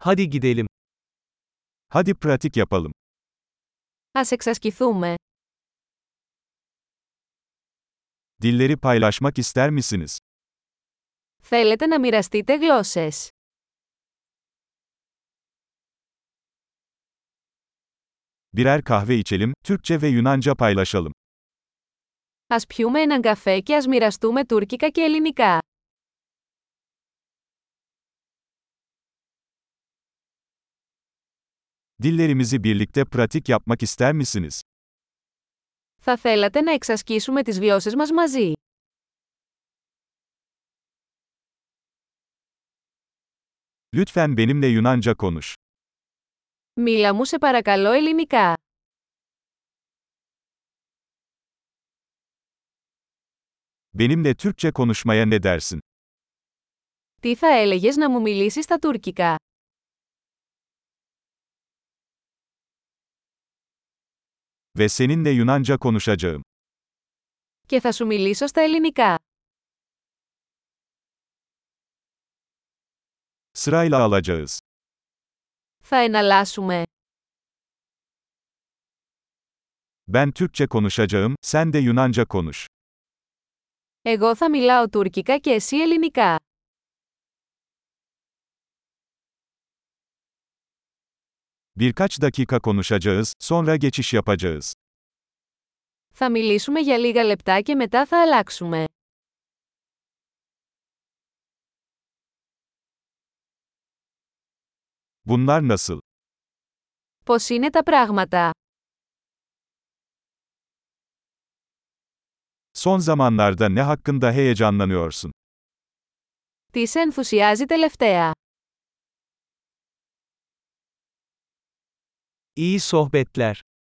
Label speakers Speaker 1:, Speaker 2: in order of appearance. Speaker 1: Hadi gidelim.
Speaker 2: Hadi pratik yapalım.
Speaker 3: Ας εξασκηθούμε.
Speaker 2: Dilleri paylaşmak ister misiniz?
Speaker 3: Θέλετε να μοιραστείτε γλώσσες.
Speaker 2: Birer kahve içelim, Türkçe ve Yunanca paylaşalım.
Speaker 3: Ας πιούμε έναν καφέ και ας μοιραστούμε τουρκικά και ελληνικά.
Speaker 2: Dillerimizi birlikte pratik yapmak ister misiniz?
Speaker 3: Θα θέλατε να εξασκήσουμε τις γλώσσες μας μαζί.
Speaker 2: Lütfen benimle Yunanca konuş.
Speaker 3: Μίλα μου σε παρακαλώ ελληνικά.
Speaker 2: Benimle Türkçe konuşmaya ne dersin?
Speaker 3: Τι θα έλεγες να μου μιλήσεις στα τουρκικά.
Speaker 2: Ve seninle Yunanca konuşacağım.
Speaker 3: Και θα σου μιλήσω στα ελληνικά.
Speaker 2: Sırayla alacağız.
Speaker 3: Θα εναλλάσσουμε.
Speaker 2: Ben Türkçe konuşacağım, sen de Yunanca konuş.
Speaker 3: Εγώ θα μιλάω τουρκικά και εσύ ελληνικά.
Speaker 2: Birkaç dakika konuşacağız, sonra geçiş yapacağız.
Speaker 3: Θα μιλήσουμε για λίγα λεπτά και μετά θα αλλάξουμε.
Speaker 2: Bunlar nasıl?
Speaker 3: Πώς είναι τα πράγματα.
Speaker 2: Son zamanlarda ne hakkında heyecanlanıyorsun?
Speaker 3: Τι σε ενθουσιάζει τελευταία.
Speaker 1: İyi sohbetler.